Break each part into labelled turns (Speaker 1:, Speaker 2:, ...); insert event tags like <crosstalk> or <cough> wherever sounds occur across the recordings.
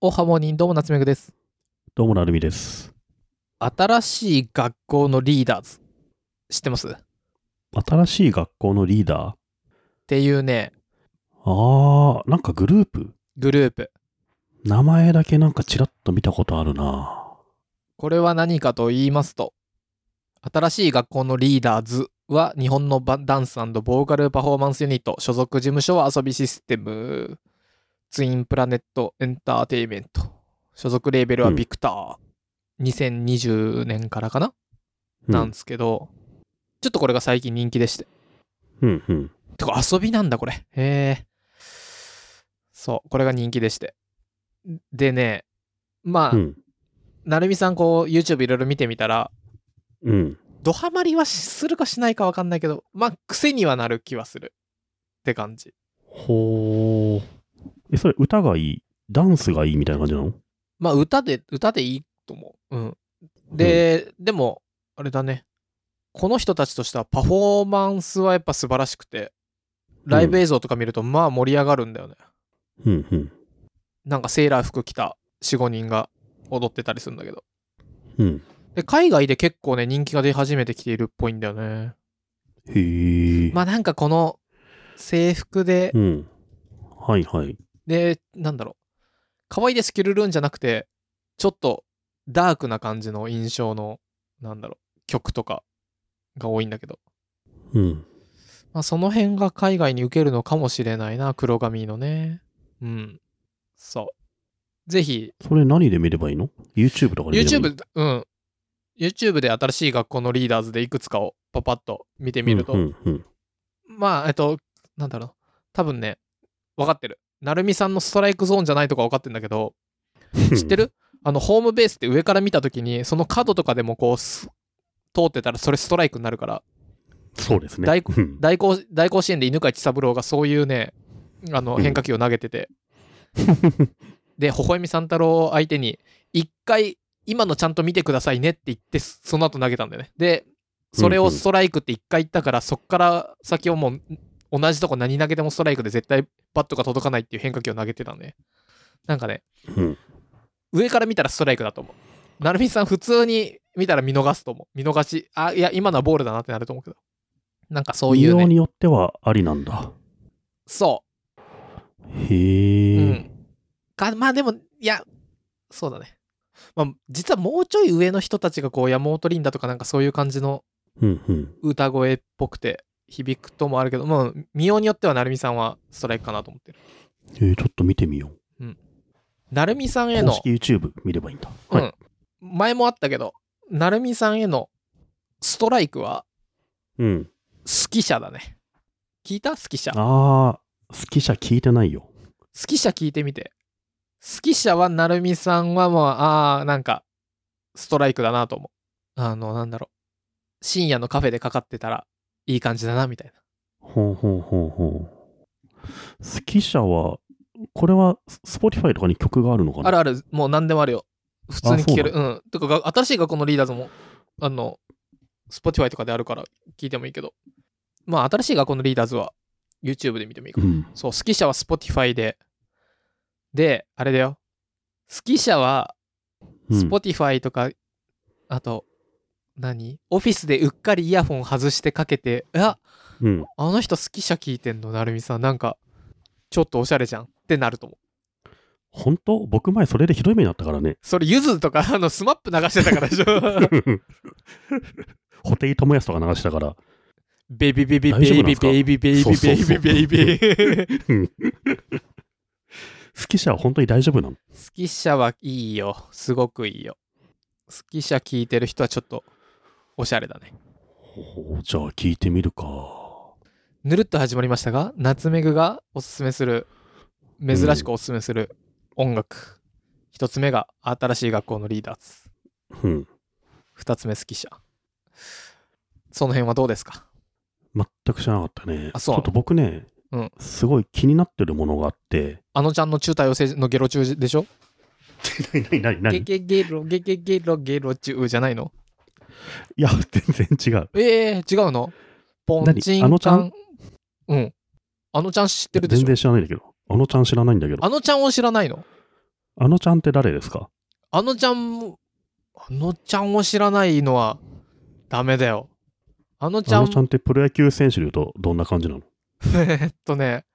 Speaker 1: おはモニンどうも夏目くです。
Speaker 2: どうもなるみです。
Speaker 1: 新しい学校のリーダーズ、知ってますっ
Speaker 2: 新しい学校のリーダ
Speaker 1: ていうね、
Speaker 2: ーあー、なんかグループ
Speaker 1: グループ。
Speaker 2: 名前だけなんかちらっと見たことあるな。
Speaker 1: これは何かと言いますと、新しい学校のリーダーズは日本のバダンスボーカルパフォーマンスユニット所属事務所は遊びシステム、ツインプラネットエンターテイメント、所属レーベルはビクター、2020年からかな、
Speaker 2: うん
Speaker 1: なんですけど、ちょっとこれが最近人気でして。
Speaker 2: うんうん。
Speaker 1: てか遊びなんだこれ。へえ。そう、これが人気でして。でね、まあ、
Speaker 2: うん。
Speaker 1: なるみさんこう YouTube いろいろ見てみたら、
Speaker 2: うん。
Speaker 1: ドハマりはしするかしないかわかんないけど、まあ癖にはなる気はする。って感じ。
Speaker 2: ほー。え、それ歌がいいダンスがいいみたいな感じなの
Speaker 1: まあ歌で、歌でいいと思う。うん。で、でも、あれだね。この人たちとしてはパフォーマンスはやっぱ素晴らしくて、ライブ映像とか見るとまあ盛り上がるんだよね。
Speaker 2: うんうん。
Speaker 1: なんかセーラー服着た4、5人が踊ってたりするんだけど。
Speaker 2: うん。
Speaker 1: で海外で結構ね人気が出始めてきているっぽいんだよね
Speaker 2: へー。
Speaker 1: まあなんかこの制服で、
Speaker 2: うん。はいはい。
Speaker 1: でなんだろう可愛いですキュルルンじゃなくてちょっとダークな感じの印象のなんだろう曲とかが多いんだけど、
Speaker 2: うん。
Speaker 1: まあ、その辺が海外に受けるのかもしれないな黒髪のねうんそうぜひ
Speaker 2: それ何で見ればいいの ?YouTube とかで見ればいいの
Speaker 1: YouTube うん YouTube で新しい学校のリーダーズでいくつかをパパッと見てみると、
Speaker 2: うんうん
Speaker 1: まあ、えっと、なんだろう。多分ね、分かってる。なるみさんのストライクゾーンじゃないとか分かってんだけど、
Speaker 2: うん。
Speaker 1: 知ってるあの、ホームベースって上から見たときに、その角とかでもこう、す通ってたらそれストライクになるから、
Speaker 2: <laughs> そうですね。
Speaker 1: 大根
Speaker 2: うん
Speaker 1: 大甲大甲子園で犬飼千三郎がそういうね、あの、
Speaker 2: うん
Speaker 1: 変化球を投げて <laughs> て、で、微笑み三太郎を相手に、一回、今のちゃんと見てくださいねって言って、その後投げたんだよね。で、それ
Speaker 2: うん
Speaker 1: を
Speaker 2: うん
Speaker 1: ストライクって一回言ったから、そっから先をもう、同じとこ何投げてもストライクで絶対バットが届かないっていう変化球を投げてたんで、なんかね、
Speaker 2: うん
Speaker 1: 上から見たらストライクだと思う。成美さん、普通に見たら見逃すと思う。見逃し、あ、いや、今のはボールだなってなると思うけど。なんかそうい
Speaker 2: 利
Speaker 1: う、
Speaker 2: 用
Speaker 1: ね、
Speaker 2: によってはありなんだ。
Speaker 1: そう。
Speaker 2: へー。
Speaker 1: うん、かまあでもいやそうだね、まあ、実はもうちょい上の人たちがこう山本リンダとかなんかそういう感じの
Speaker 2: うんうん。
Speaker 1: 歌声っぽくて響くともあるけどもう見ようによっては成美さんはストライクかなと思ってる
Speaker 2: えー、ちょっと見てみよう。
Speaker 1: 成美さんへ
Speaker 2: 公
Speaker 1: の
Speaker 2: 式 YouTube 見ればいいんだ。
Speaker 1: う
Speaker 2: はい。
Speaker 1: ん、前もあったけど成美さんへのストライクは
Speaker 2: うん。
Speaker 1: 好き者だね聞いた好き者
Speaker 2: ああ、好き者聞いてないよ。
Speaker 1: 好き者聞いてみて好き者はなるみさんはまああーなんかストライクだなと思うあのなんだろう深夜のカフェでかかってたらいい感じだなみたいな
Speaker 2: ほうほうほうほう。好き者は、これは Spotify とかに曲があるのかな
Speaker 1: あるあるもう何でもあるよ普通に聴ける
Speaker 2: あ
Speaker 1: うんとかが新しい学校のリーダーズもあの Spotify とかであるから聞いてもいいけどまあ新しい学校のリーダーズは YouTube で見てもいいか
Speaker 2: う
Speaker 1: ら
Speaker 2: ん。
Speaker 1: そう好き者は Spotify でであれだよ好き者は
Speaker 2: うん
Speaker 1: スポティファイとか、あと、何オフィスでうっかりイヤホン外してかけて、あ
Speaker 2: うん。
Speaker 1: あの人好き者聞いてんの、なるみさん。なんか、ちょっとおしゃれじゃんってなると思う。
Speaker 2: 本当僕前それでひどい目になったか
Speaker 1: <laughs>
Speaker 2: らね。
Speaker 1: それ、ゆずとか、あの、スマップ流してたからでしょ
Speaker 2: ホテイトモヤスとか流したから。
Speaker 1: ベイビーベイビー
Speaker 2: 大丈夫なんすか
Speaker 1: ベイビーベイビーベイビ
Speaker 2: そうそう
Speaker 1: ー
Speaker 2: そう
Speaker 1: ベイビーベイビー好
Speaker 2: うん好き者は本当に大丈夫なの
Speaker 1: き者はいいよ。すごくいいよ。好き者聞いてる人はちょっと、おしゃれだね。
Speaker 2: ほうじゃあ聞いてみるか。
Speaker 1: ぬるっと始まりましたが、夏めぐがおすすめする、珍しくおすすめする音楽。一、つ目が新しい学校のリーダーズ。
Speaker 2: うん。
Speaker 1: 二つ目好き者。その辺はどうですか
Speaker 2: 全く知らなかったね。
Speaker 1: あそう
Speaker 2: ちょっと僕ね、
Speaker 1: うん
Speaker 2: すごい気になってるものが
Speaker 1: <laughs>
Speaker 2: あって。
Speaker 1: あのちゃんの中多様性のゲロ中でしょ
Speaker 2: 何何何
Speaker 1: ゲ
Speaker 2: 何い
Speaker 1: ゲゲロゲゲゲロゲロ中じゃないの
Speaker 2: や、全然違う。
Speaker 1: ええ違うのポンチン
Speaker 2: 何あのち
Speaker 1: カ
Speaker 2: ゃ
Speaker 1: ン
Speaker 2: ん。
Speaker 1: うん。あのちゃん知ってるで
Speaker 2: 全
Speaker 1: しょ
Speaker 2: 然知らないんだけど。あのちゃん知らないんだけど。
Speaker 1: あのちゃんを知らないの
Speaker 2: あのちゃんって誰ですか
Speaker 1: あのちゃんも、あのちゃんを知らないのはダメだよ。あのち
Speaker 2: あ
Speaker 1: ゃん、
Speaker 2: のちゃんってプロ野球選手で言うとどんな感じなの
Speaker 1: えっとね、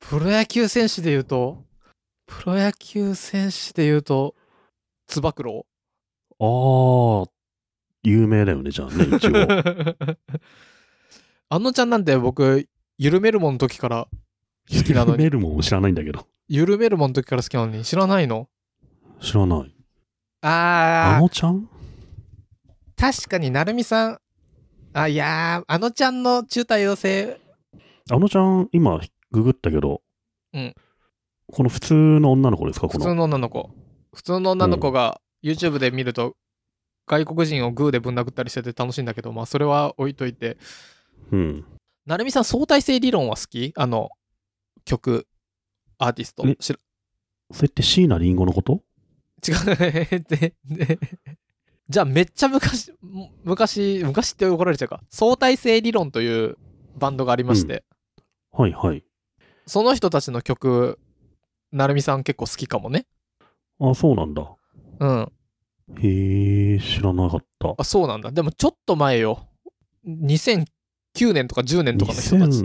Speaker 1: プロ野球選手で言うと、プロ野球選手で言うと、つば九郎。
Speaker 2: ああ、有名だよね、じゃあね、
Speaker 1: <laughs>
Speaker 2: 一応。
Speaker 1: あのちゃんなんて僕、緩めるもんの時から、好きなのに
Speaker 2: メルモンを知らないんだけど。
Speaker 1: 緩めるもんの時から好きなのに知らないの
Speaker 2: 知らない。あ
Speaker 1: あー、
Speaker 2: のちゃん
Speaker 1: 確かになるみさん、あ、いやー、あのちゃんの中多様性、
Speaker 2: あのちゃん、今、ググったけど、
Speaker 1: うん
Speaker 2: この普通の女の子ですか、こ
Speaker 1: 普
Speaker 2: の。
Speaker 1: 通の女の子。普通の女の子が YouTube で見ると、外国人をグーでぶん殴ったりしてて楽しいんだけど、まあそれは置いといて、
Speaker 2: うん。
Speaker 1: なるみさん相対性理論は好きあの曲アーティスト
Speaker 2: え
Speaker 1: 知ら
Speaker 2: それって椎名林檎のこと
Speaker 1: 違う <laughs> ででじゃあめっちゃ昔む昔昔って怒られちゃうか相対性理論というバンドがありまして、
Speaker 2: はいはい。
Speaker 1: その人たちの曲なるみさん結構好きかもね
Speaker 2: あ、そうなんだ。
Speaker 1: うん
Speaker 2: へえ、知らなかった。
Speaker 1: あそうなんだでもちょっと前よ2009年とか10年とかの人たち、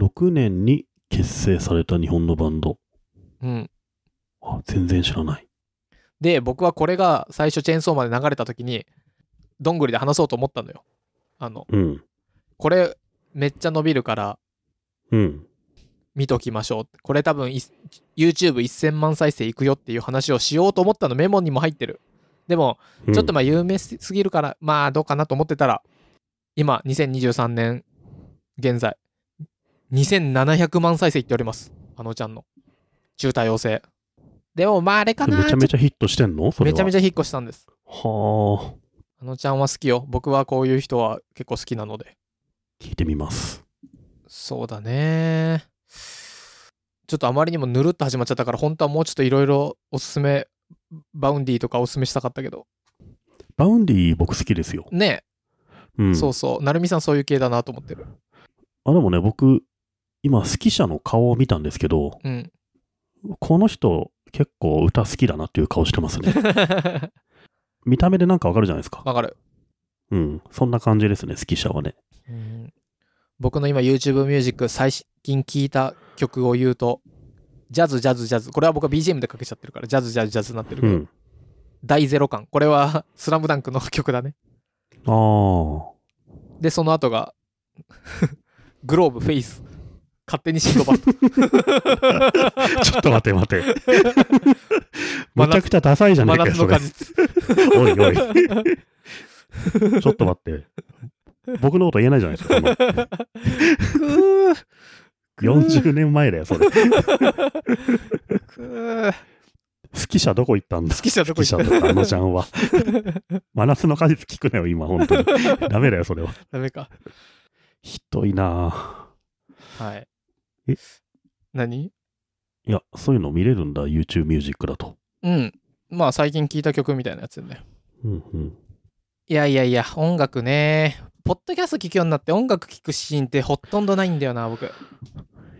Speaker 2: 2006年に結成された日本のバンド。
Speaker 1: うん、
Speaker 2: あ、全然知らない。
Speaker 1: で僕はこれが最初チェーンソーマンで流れた時にどんぐりで話そうと思ったのよあの
Speaker 2: うん。
Speaker 1: これめっちゃ伸びるから
Speaker 2: うん。
Speaker 1: 見ときましょうこれ多分い YouTube1000 万再生いくよっていう話をしようと思ったのメモにも入ってるでも
Speaker 2: うん
Speaker 1: ちょっとまあ有名すぎるから、まあどうかなと思ってたら今2023年現在2700万再生いっておりますあのちゃんの中多様性でもまああれかな
Speaker 2: めちゃめちゃヒットしてんのそれ
Speaker 1: め
Speaker 2: は。
Speaker 1: ちゃめちゃ引っ越したんです
Speaker 2: はあ、
Speaker 1: あのちゃんは好きよ。僕はこういう人は結構好きなので。
Speaker 2: 聞いてみます。
Speaker 1: そうだね。ちょっとあまりにもぬるっと始まっちゃったから、本当はもうちょっといろいろおすすめ、バウンディとかおすすめしたかったけど。
Speaker 2: バウンディ僕好きですよ。
Speaker 1: ね
Speaker 2: う
Speaker 1: え、
Speaker 2: ん。
Speaker 1: そうそう。なるみさんそういう系だなと思ってる。
Speaker 2: あ、でもね、僕、今、指揮者の顔を見たんですけど、
Speaker 1: うん。
Speaker 2: この人、結構歌好きだなっていう顔してま
Speaker 1: <laughs>
Speaker 2: すね。見た目でなんかわかるじゃないですか。
Speaker 1: わかる、
Speaker 2: うん。そんな感じですね、指揮者はね。
Speaker 1: うん僕の今 YouTube ミュージック最近聴いた曲を言うと、ジャズ、ジャズ、ジャズ。これは僕は BGM でかけちゃってるから、ジャズ、ジャズ、ジャズになってる
Speaker 2: う
Speaker 1: けど、
Speaker 2: ん。
Speaker 1: 大ゼロ感。これは <laughs> スラムダンクの曲だね。
Speaker 2: あ <laughs> あ。
Speaker 1: で、その後が、 <laughs> グローブ、フェイス、勝手にシンドバッ
Speaker 2: ちょっと待て待て。
Speaker 1: <laughs> 真夏
Speaker 2: めちゃくちゃダサいじ
Speaker 1: ド、
Speaker 2: ゃね
Speaker 1: 真
Speaker 2: えか
Speaker 1: 夏の
Speaker 2: よ、そ
Speaker 1: 果
Speaker 2: れ。
Speaker 1: 実。
Speaker 2: おいおい。ちょっと待って。僕のこと言えないじゃないですか。
Speaker 1: <laughs>
Speaker 2: その
Speaker 1: くー
Speaker 2: 40年前だよ、それ。
Speaker 1: く
Speaker 2: 指
Speaker 1: ー
Speaker 2: 揮者どこ行ったんだ
Speaker 1: 好きじゃどこ
Speaker 2: 指揮
Speaker 1: 行
Speaker 2: 者
Speaker 1: っ
Speaker 2: とかあのちゃんは。
Speaker 1: <laughs>
Speaker 2: 真夏の果実聞くなよ、今、本当に。ダメだよ、それは。
Speaker 1: たダメか。
Speaker 2: ひどいな
Speaker 1: はい。
Speaker 2: え
Speaker 1: 何
Speaker 2: ぁ。いや、そういうの見れるんだ、YouTube ミュージックだと。
Speaker 1: うん。まあ、最近聴いた曲みたいなやつだね。
Speaker 2: うんうん。
Speaker 1: いやいやいや、音楽ね。ポッドキャスト聴くようになって音楽聴くシーンってほとんどないんだよな、僕。
Speaker 2: い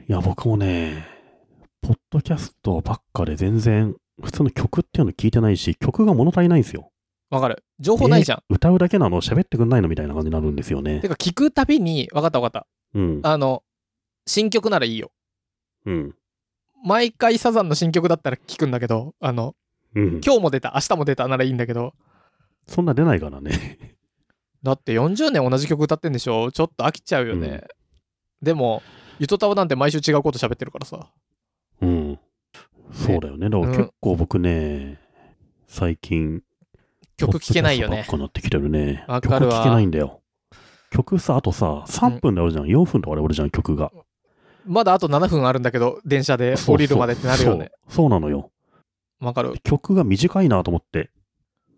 Speaker 2: や、僕もね、ポッドキャストばっかで全然、普通の曲っていうの聞いてないし、曲が物足りないんですよ。
Speaker 1: わかる。情報ないじゃん。
Speaker 2: え歌うだけなの喋ってくんないのみたいな感じになるんですよね
Speaker 1: て。か、聴くたびに、わかったわかっ
Speaker 2: うん。
Speaker 1: た。あの、新曲ならいいよ。
Speaker 2: うん。
Speaker 1: 毎回サザンの新曲だったら聴くんだけど、あの、
Speaker 2: うん。
Speaker 1: 今日も出た明日も出たならいいんだけど
Speaker 2: そんな出ないからね。 <laughs>
Speaker 1: だって40年同じ曲歌ってんでしょちょっと飽きちゃうよね、でもゆとたわなんて毎週違うこと喋ってるからさ
Speaker 2: うん。そうだよね。だから結構僕ね、最近、
Speaker 1: 曲聴けないよ
Speaker 2: ポッド
Speaker 1: ね
Speaker 2: キャストばっかなってきてるね。
Speaker 1: わかるわ
Speaker 2: 曲聴けないんだよ。曲さ、あとさ、3分で終わるじゃん。4分で終わるじゃん、曲が。
Speaker 1: まだあと7分あるんだけど電車で降りるまでってなるよね
Speaker 2: そう。そうそうなのよ。
Speaker 1: わかる
Speaker 2: 曲が短いなと思って。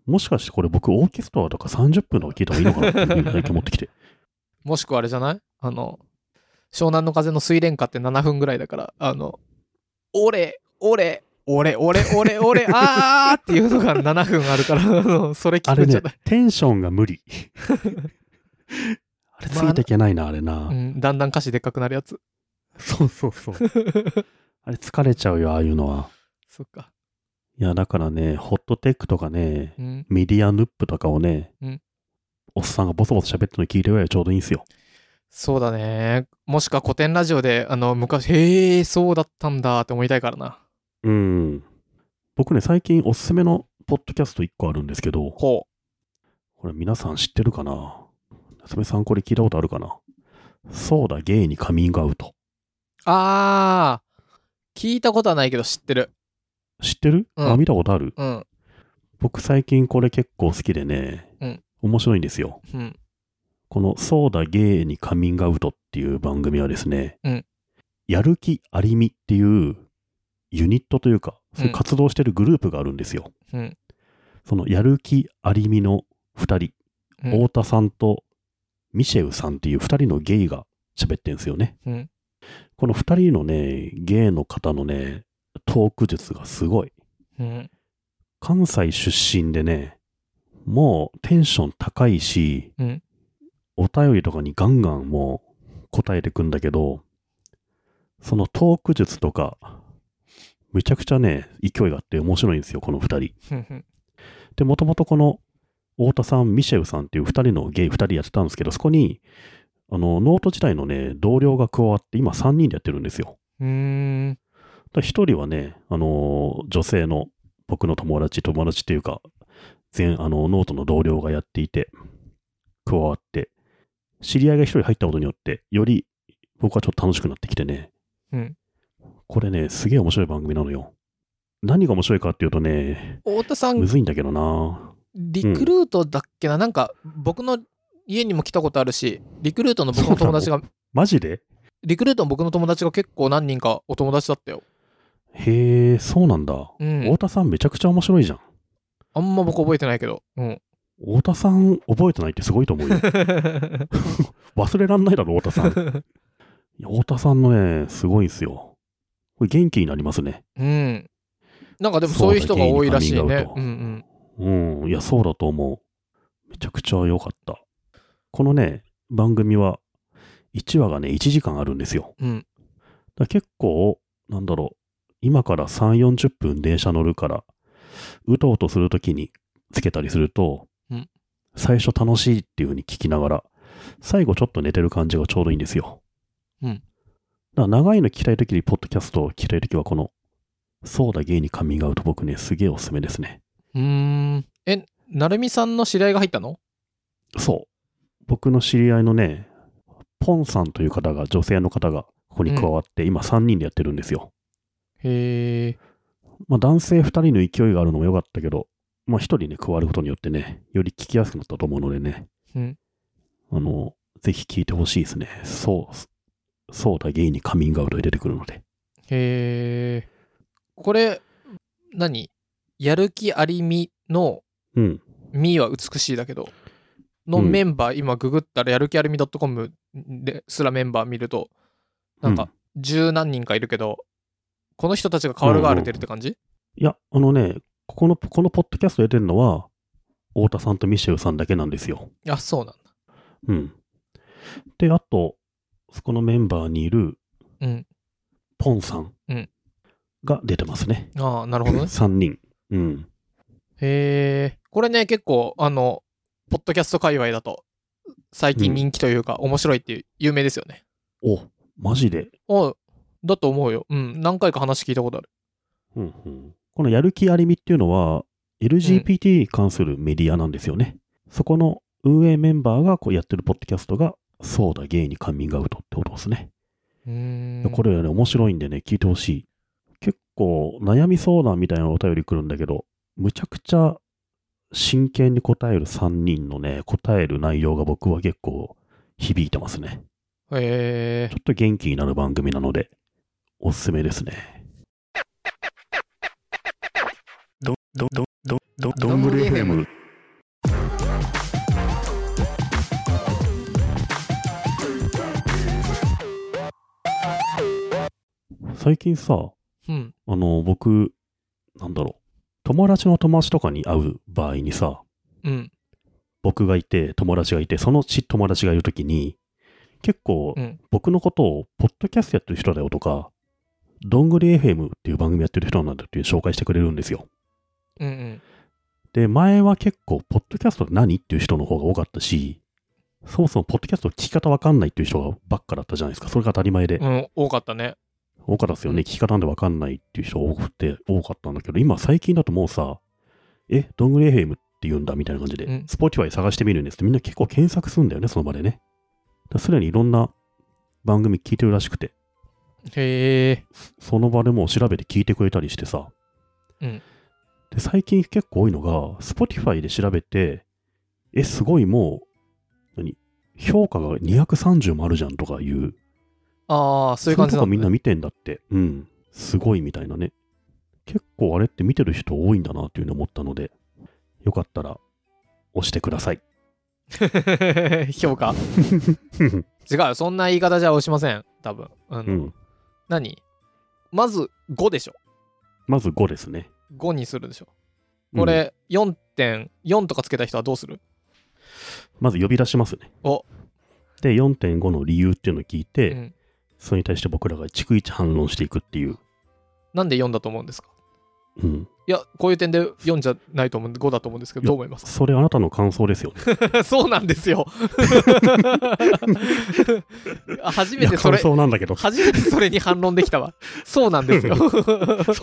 Speaker 2: もしかしてこれ僕オーケストラとか30分の聴いた方がいいのかなっていう気持ってきて。
Speaker 1: もしくはあれじゃないあの湘南の風の水蓮花って7分ぐらいだからあの俺俺俺俺俺俺
Speaker 2: <laughs>
Speaker 1: あーっていうのが7分ある <laughs> からあ <laughs> のそれ聞
Speaker 2: あ
Speaker 1: く
Speaker 2: れ
Speaker 1: んじ
Speaker 2: ね
Speaker 1: ゃない、、
Speaker 2: テンションが
Speaker 1: <laughs>
Speaker 2: 無理。あれついていけないな、あれな。
Speaker 1: うん、だんだん歌詞でっかくなるやつ <laughs>
Speaker 2: そうそうそう。あれ疲れちゃうよ、ああいうのは。
Speaker 1: そっか
Speaker 2: いや、だからね、ホットテックとかね、
Speaker 1: うん。
Speaker 2: メディアヌップとかをね、
Speaker 1: うん
Speaker 2: おっさんがボソボソ喋ってるの聞いてるぐらいでちょうどいいんすよ。
Speaker 1: そうだね。もしくは古典ラジオで、あの、昔、へえ、そうだったんだって思いたいからな。
Speaker 2: うん。僕ね、最近おすすめのポッドキャスト1個あるんですけど、
Speaker 1: ほ
Speaker 2: これ皆さん知ってるかな夏目さんこれ聞いたことあるかなそうだ、ゲイにカミングアウト。
Speaker 1: う。あー、聞いたことはないけど知ってる。
Speaker 2: 知ってる、
Speaker 1: うん
Speaker 2: あ、見たことある
Speaker 1: うん。
Speaker 2: 僕最近これ結構好きでね、
Speaker 1: うん
Speaker 2: 面白いんですよ。
Speaker 1: うん。
Speaker 2: このそうだ、ゲイにカミングアウトっていう番組はですね、
Speaker 1: うん
Speaker 2: やる気ありみっていうユニットというか、そうい
Speaker 1: う
Speaker 2: う
Speaker 1: ん
Speaker 2: 活動してるグループがあるんですよ。
Speaker 1: うん。
Speaker 2: そのやる気ありみの2人、
Speaker 1: うん
Speaker 2: 太田さんとミシェウさんっていう2人のゲイが喋ってんすよね。
Speaker 1: うん。
Speaker 2: この2人のね、ゲイの方のね、トーク術がすごい。
Speaker 1: うん。
Speaker 2: 関西出身でね、もうテンション高いし、
Speaker 1: うん
Speaker 2: お便りとかにガンガンもう答えてくんだけど、そのトーク術とか、むちゃくちゃね、勢いがあって面白いんですよ、この2人。
Speaker 1: ふんふん。
Speaker 2: で、もともとこの太田さん、ミシェウさんっていう2人のゲイ2人やってたんですけど、そこに、あの、ノート時代のね、同僚が加わって、今3人でやってるんですよ。
Speaker 1: うーん。
Speaker 2: だ1人はね、あの、女性の僕の友達、友達っていうか、全、あの、ノートの同僚がやっていて、加わって、知り合いが1人入ったことによって、より僕はちょっと楽しくなってきてね、
Speaker 1: うん。
Speaker 2: これね、すげえ面白い番組なのよ。何が面白いかっていうとね、
Speaker 1: 太田さん
Speaker 2: むずいんだけどな
Speaker 1: リクルートだっけな、なんか僕の家にも来たことあるし、リクルートの僕の友達が、
Speaker 2: マジで
Speaker 1: リクルートの僕の友達が結構何人かお友達だったよ。
Speaker 2: へえ、そうなんだ。
Speaker 1: うん
Speaker 2: 太。田さんめちゃくちゃ面白いじゃん。
Speaker 1: あんま僕覚えてないけど。うん。 <laughs>
Speaker 2: 太田さん覚えてないってすごいと思うよ。忘れらんないだろ、太田さん。いや太田さんのね、すごいんすよ。これ元気になりますね。
Speaker 1: うん。なんかでもそういう人が多いらしい
Speaker 2: そうだ
Speaker 1: ね
Speaker 2: 芸人。
Speaker 1: う
Speaker 2: カ
Speaker 1: ん
Speaker 2: ミ
Speaker 1: う
Speaker 2: ン
Speaker 1: ん。
Speaker 2: うん、いや、そうだと思う。めちゃくちゃ良かった。このね、番組は、1話がね、1時間あるんですよ。
Speaker 1: うん。
Speaker 2: だから結構、なんだろう、今から3、40分電車乗るから、うとうとするときにつけたりすると、
Speaker 1: うん
Speaker 2: 最初楽しいっていう風に聞きながら、最後ちょっと寝てる感じがちょうどいいんですよ。
Speaker 1: うん
Speaker 2: だから長いの聞きたいときに、ポッドキャストを聞きたいときは、この、そうだ、ゲイにカミングアウト、僕ね、すげえおすすめですね。
Speaker 1: うーん。え、なるみさんの知り合いが入ったの
Speaker 2: そう。僕の知り合いのね、ポンさんという方が、女性の方が、ここに加わって、今3人でやってるんですよ。
Speaker 1: へえ。
Speaker 2: まあ、男性2人の勢いがあるのも良かったけど、まあ、1人ね、加わることによってね、より聞きやすくなったと思うのでね、
Speaker 1: うん。
Speaker 2: あの、ぜひ聞いてほしいですね。そう、そうだ、ゲイにカミングアウトで出てくるので。
Speaker 1: へえ。これ、何やる気ありみの、
Speaker 2: うん。
Speaker 1: みは美しいだけど、の
Speaker 2: うん
Speaker 1: メンバー、今ググったらやる気ありみ .com ですらメンバー見ると、なんか十何人かいるけど、この人たちが変わるがわれてるって感じ
Speaker 2: いや、あのね、ここの、このポッドキャスト出てるのは、太田さんとミシェルさんだけなんですよ。
Speaker 1: あ、そうなんだ。
Speaker 2: うん。で、あと、そこのメンバーにいる
Speaker 1: うん。
Speaker 2: ポンさん
Speaker 1: うん
Speaker 2: が出てますね。
Speaker 1: ああ、なるほどね。 <laughs>
Speaker 2: 3人。うん。
Speaker 1: へえ、これね、結構、あの、ポッドキャスト界隈だと、最近人気というか、面白いっていう、有名ですよね。
Speaker 2: お、マジで
Speaker 1: おだと思うよ。うん、何回か話聞いたことある。
Speaker 2: うんうん、このやる気ありみっていうのは LGBT に関するメディアなんですよね。そこの運営メンバーがこうやってるポッドキャストが「そうだゲイにカミングアウト」ってことですね。
Speaker 1: うーん。
Speaker 2: これはね面白いんでね聞いてほしい。結構悩み相談みたいなお便り来るんだけどむちゃくちゃ真剣に答える3人のね答える内容が僕は結構響いてますね。
Speaker 1: へえ
Speaker 2: ちょ、っと元気になる番組なのでおすすめですね。
Speaker 3: ど、ど、ど、ど、ど、
Speaker 1: どんぶり
Speaker 2: FM。最近さ、
Speaker 1: うん、
Speaker 2: あの、僕、なんだろう、友達の友達とかに会う場合にさ、
Speaker 1: うん、
Speaker 2: 僕がいて、友達がいて、そのち友達がいるときに、結構
Speaker 1: うん、
Speaker 2: 僕のことを、ポッドキャストやってる人だよとか、どんぐり FM っていう番組やってる人なんだっていう紹介してくれるんですよ。
Speaker 1: うんうん。
Speaker 2: で、前は結構、ポッドキャストって何っていう人の方が多かったし、そもそもポッドキャストの聞き方わかんないっていう人がばっかだったじゃないですか。それが当たり前で、
Speaker 1: うん、多かったね。
Speaker 2: 多かったですよね。聞き方なんでわかんないっていう人多くて、多かったんだけど、今最近だともうさ、え、どんぐり FM って言うんだみたいな感じで、
Speaker 1: うん
Speaker 2: Spotify 探してみるんですってみんな結構検索するんだよね、その場でね。だからすでにいろんな番組聞いてるらしくて、
Speaker 1: へえ。
Speaker 2: その場でもう調べて聞いてくれたりしてさ。
Speaker 1: うん
Speaker 2: で、最近結構多いのが、Spotify で調べて、え、すごいもう、何評価が230もあるじゃんとかいう、
Speaker 1: ああ、そういう感じ
Speaker 2: と
Speaker 1: な
Speaker 2: こ
Speaker 1: んだ、ね。
Speaker 2: みんな見てんだって。うん。すごいみたいなね。結構あれって見てる人多いんだなっていうのを思ったので、よかったら押してください。
Speaker 1: <laughs> 評
Speaker 2: <laughs>
Speaker 1: 価違うよそんな言い方じゃ押しません多分あの、
Speaker 2: うん。
Speaker 1: 何まず5でしょ
Speaker 2: まず5ですね。
Speaker 1: 5にするでしょ
Speaker 2: うん
Speaker 1: こ、れ4.4とかつけた人はどうする
Speaker 2: まず呼び出しますね。
Speaker 1: お
Speaker 2: で、4.5の理由っていうのを聞いて、
Speaker 1: うん
Speaker 2: それに対して僕らが逐一反論していくっていう。
Speaker 1: なんで4だと思うんですか
Speaker 2: うん。
Speaker 1: いやこういう点で4じゃないと思うんで5だと思うんですけどどう思います <laughs>
Speaker 2: それあなたの感想ですよね。
Speaker 1: かそうなんです
Speaker 2: <laughs>
Speaker 1: よ初
Speaker 2: い
Speaker 1: め
Speaker 2: や、
Speaker 1: てそ
Speaker 2: 感
Speaker 1: れ
Speaker 2: 想な
Speaker 1: <laughs>
Speaker 2: んだけど。
Speaker 1: 初めてそれに反論できたわそうなん
Speaker 2: <laughs>
Speaker 1: ですよ
Speaker 2: そ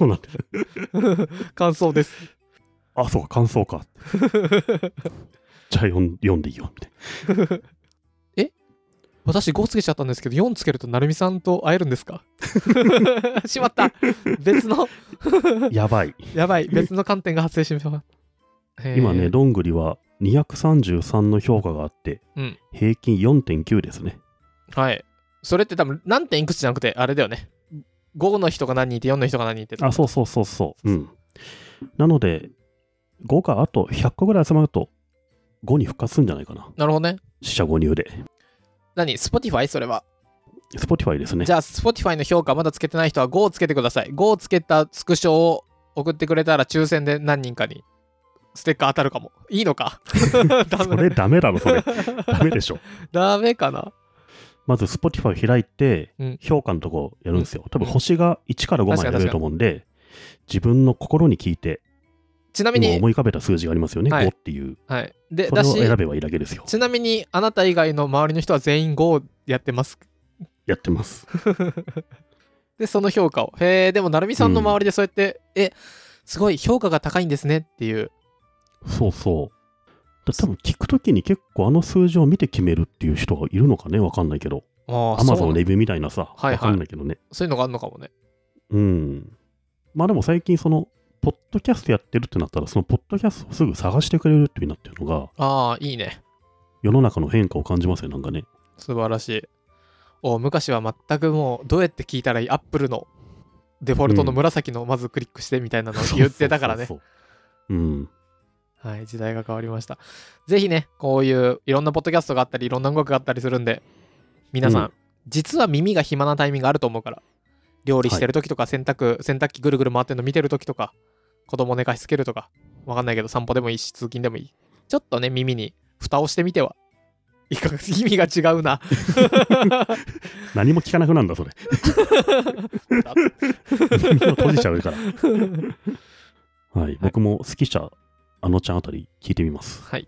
Speaker 2: うなんだよ。
Speaker 1: 感想です
Speaker 2: あ、そうか、感想
Speaker 1: <laughs>
Speaker 2: か。じゃあ読ん読んでいいよ、みたい
Speaker 1: 私5つけちゃったんですけど4つけると成美さんと会えるんですか <laughs> しまった別の
Speaker 2: な。やばい。
Speaker 1: や <laughs> ばい別の観点が発生してしまった
Speaker 2: 今ね、
Speaker 1: へー
Speaker 2: どんぐりは233の評価があって、
Speaker 1: うん
Speaker 2: 平均4.9ですね。
Speaker 1: はいそれって多分何点いくつじゃなくてあれだよね5の人が何人いて4の人が何人いて
Speaker 2: あ、そうそうそうそう。うん。なので、5があと100個ぐらい集まると、5に復活するんじゃないかな。
Speaker 1: なるほどね
Speaker 2: 四捨五入で。
Speaker 1: 何 Spotify それは
Speaker 2: Spotify ですね
Speaker 1: じ。ゃあ Spotify の評価まだつけてない人は5をつけてください5をつけたスクショを送ってくれたら抽選で何人かにステッカー当たるかもいいのかダ
Speaker 2: <laughs> そ
Speaker 1: メ
Speaker 2: れダメだろ、
Speaker 1: <laughs>
Speaker 2: それ。ダメでしょ。
Speaker 1: ダメかな
Speaker 2: まず Spotify 開いて
Speaker 1: うん、
Speaker 2: 評価のとこやるんですよ。多分星が1から5まで
Speaker 1: 確かに
Speaker 2: 出ると思うんで、自分の心に聞いて、
Speaker 1: ちなみ
Speaker 2: 今
Speaker 1: に
Speaker 2: 思い浮かべた数字がありますよね、
Speaker 1: はい
Speaker 2: 5っていう。
Speaker 1: はいで
Speaker 2: それ
Speaker 1: だ
Speaker 2: を
Speaker 1: し
Speaker 2: 選べばいいだけですよ。
Speaker 1: ちなみにあなた以外の周りの人は全員5をやってます。
Speaker 2: やってます。
Speaker 1: で、その評価を。へえ、でも、成美さんの周りでそうやって、え、すごい評価が高いんですねっていう。
Speaker 2: そうそう。だ多分聞くときに結構あの数字を見て決めるっていう人がいるのかね、わかんないけど。
Speaker 1: ああ、
Speaker 2: アマゾ
Speaker 1: そう
Speaker 2: ン
Speaker 1: な
Speaker 2: レビューみたいなさ、
Speaker 1: はいはい
Speaker 2: わかんないけどね。
Speaker 1: そういうのがあるのかもね。
Speaker 2: うん。まあでも最近その、ポッドキャストやってるってなったら、そのポッドキャストをすぐ探してくれるっていうなってるのが、
Speaker 1: ああ、いいね。
Speaker 2: 世の中の変化を感じますよ、なんかね。
Speaker 1: 素晴らしい。お昔は全くもう、どうやって聞いたらいいアップルのデフォルトの紫のまずクリックしてみたいなのを <laughs> 言ってたからね。
Speaker 2: そうそうそうそう。うん。
Speaker 1: はい、時代が変わりました。ぜひね、こういういろんなポッドキャストがあったり、いろんな音楽があったりするんで、皆さん、
Speaker 2: うん
Speaker 1: 実は耳が暇なタイミングがあると思うから、料理してる時とか、洗濯、洗濯機ぐるぐる回ってるの見てる時とか、子供寝かしつけるとか、わかんないけど、散歩でもいいし、通勤でもいい。ちょっとね、耳に蓋をしてみては。いかが意味が違うな。
Speaker 2: 何も聞かなくなるんだ、それ。 <laughs> 耳を閉じちゃ
Speaker 1: <laughs>
Speaker 2: うから。はい。僕も好き者、あのちゃんあたり聞いてみます。
Speaker 1: はい。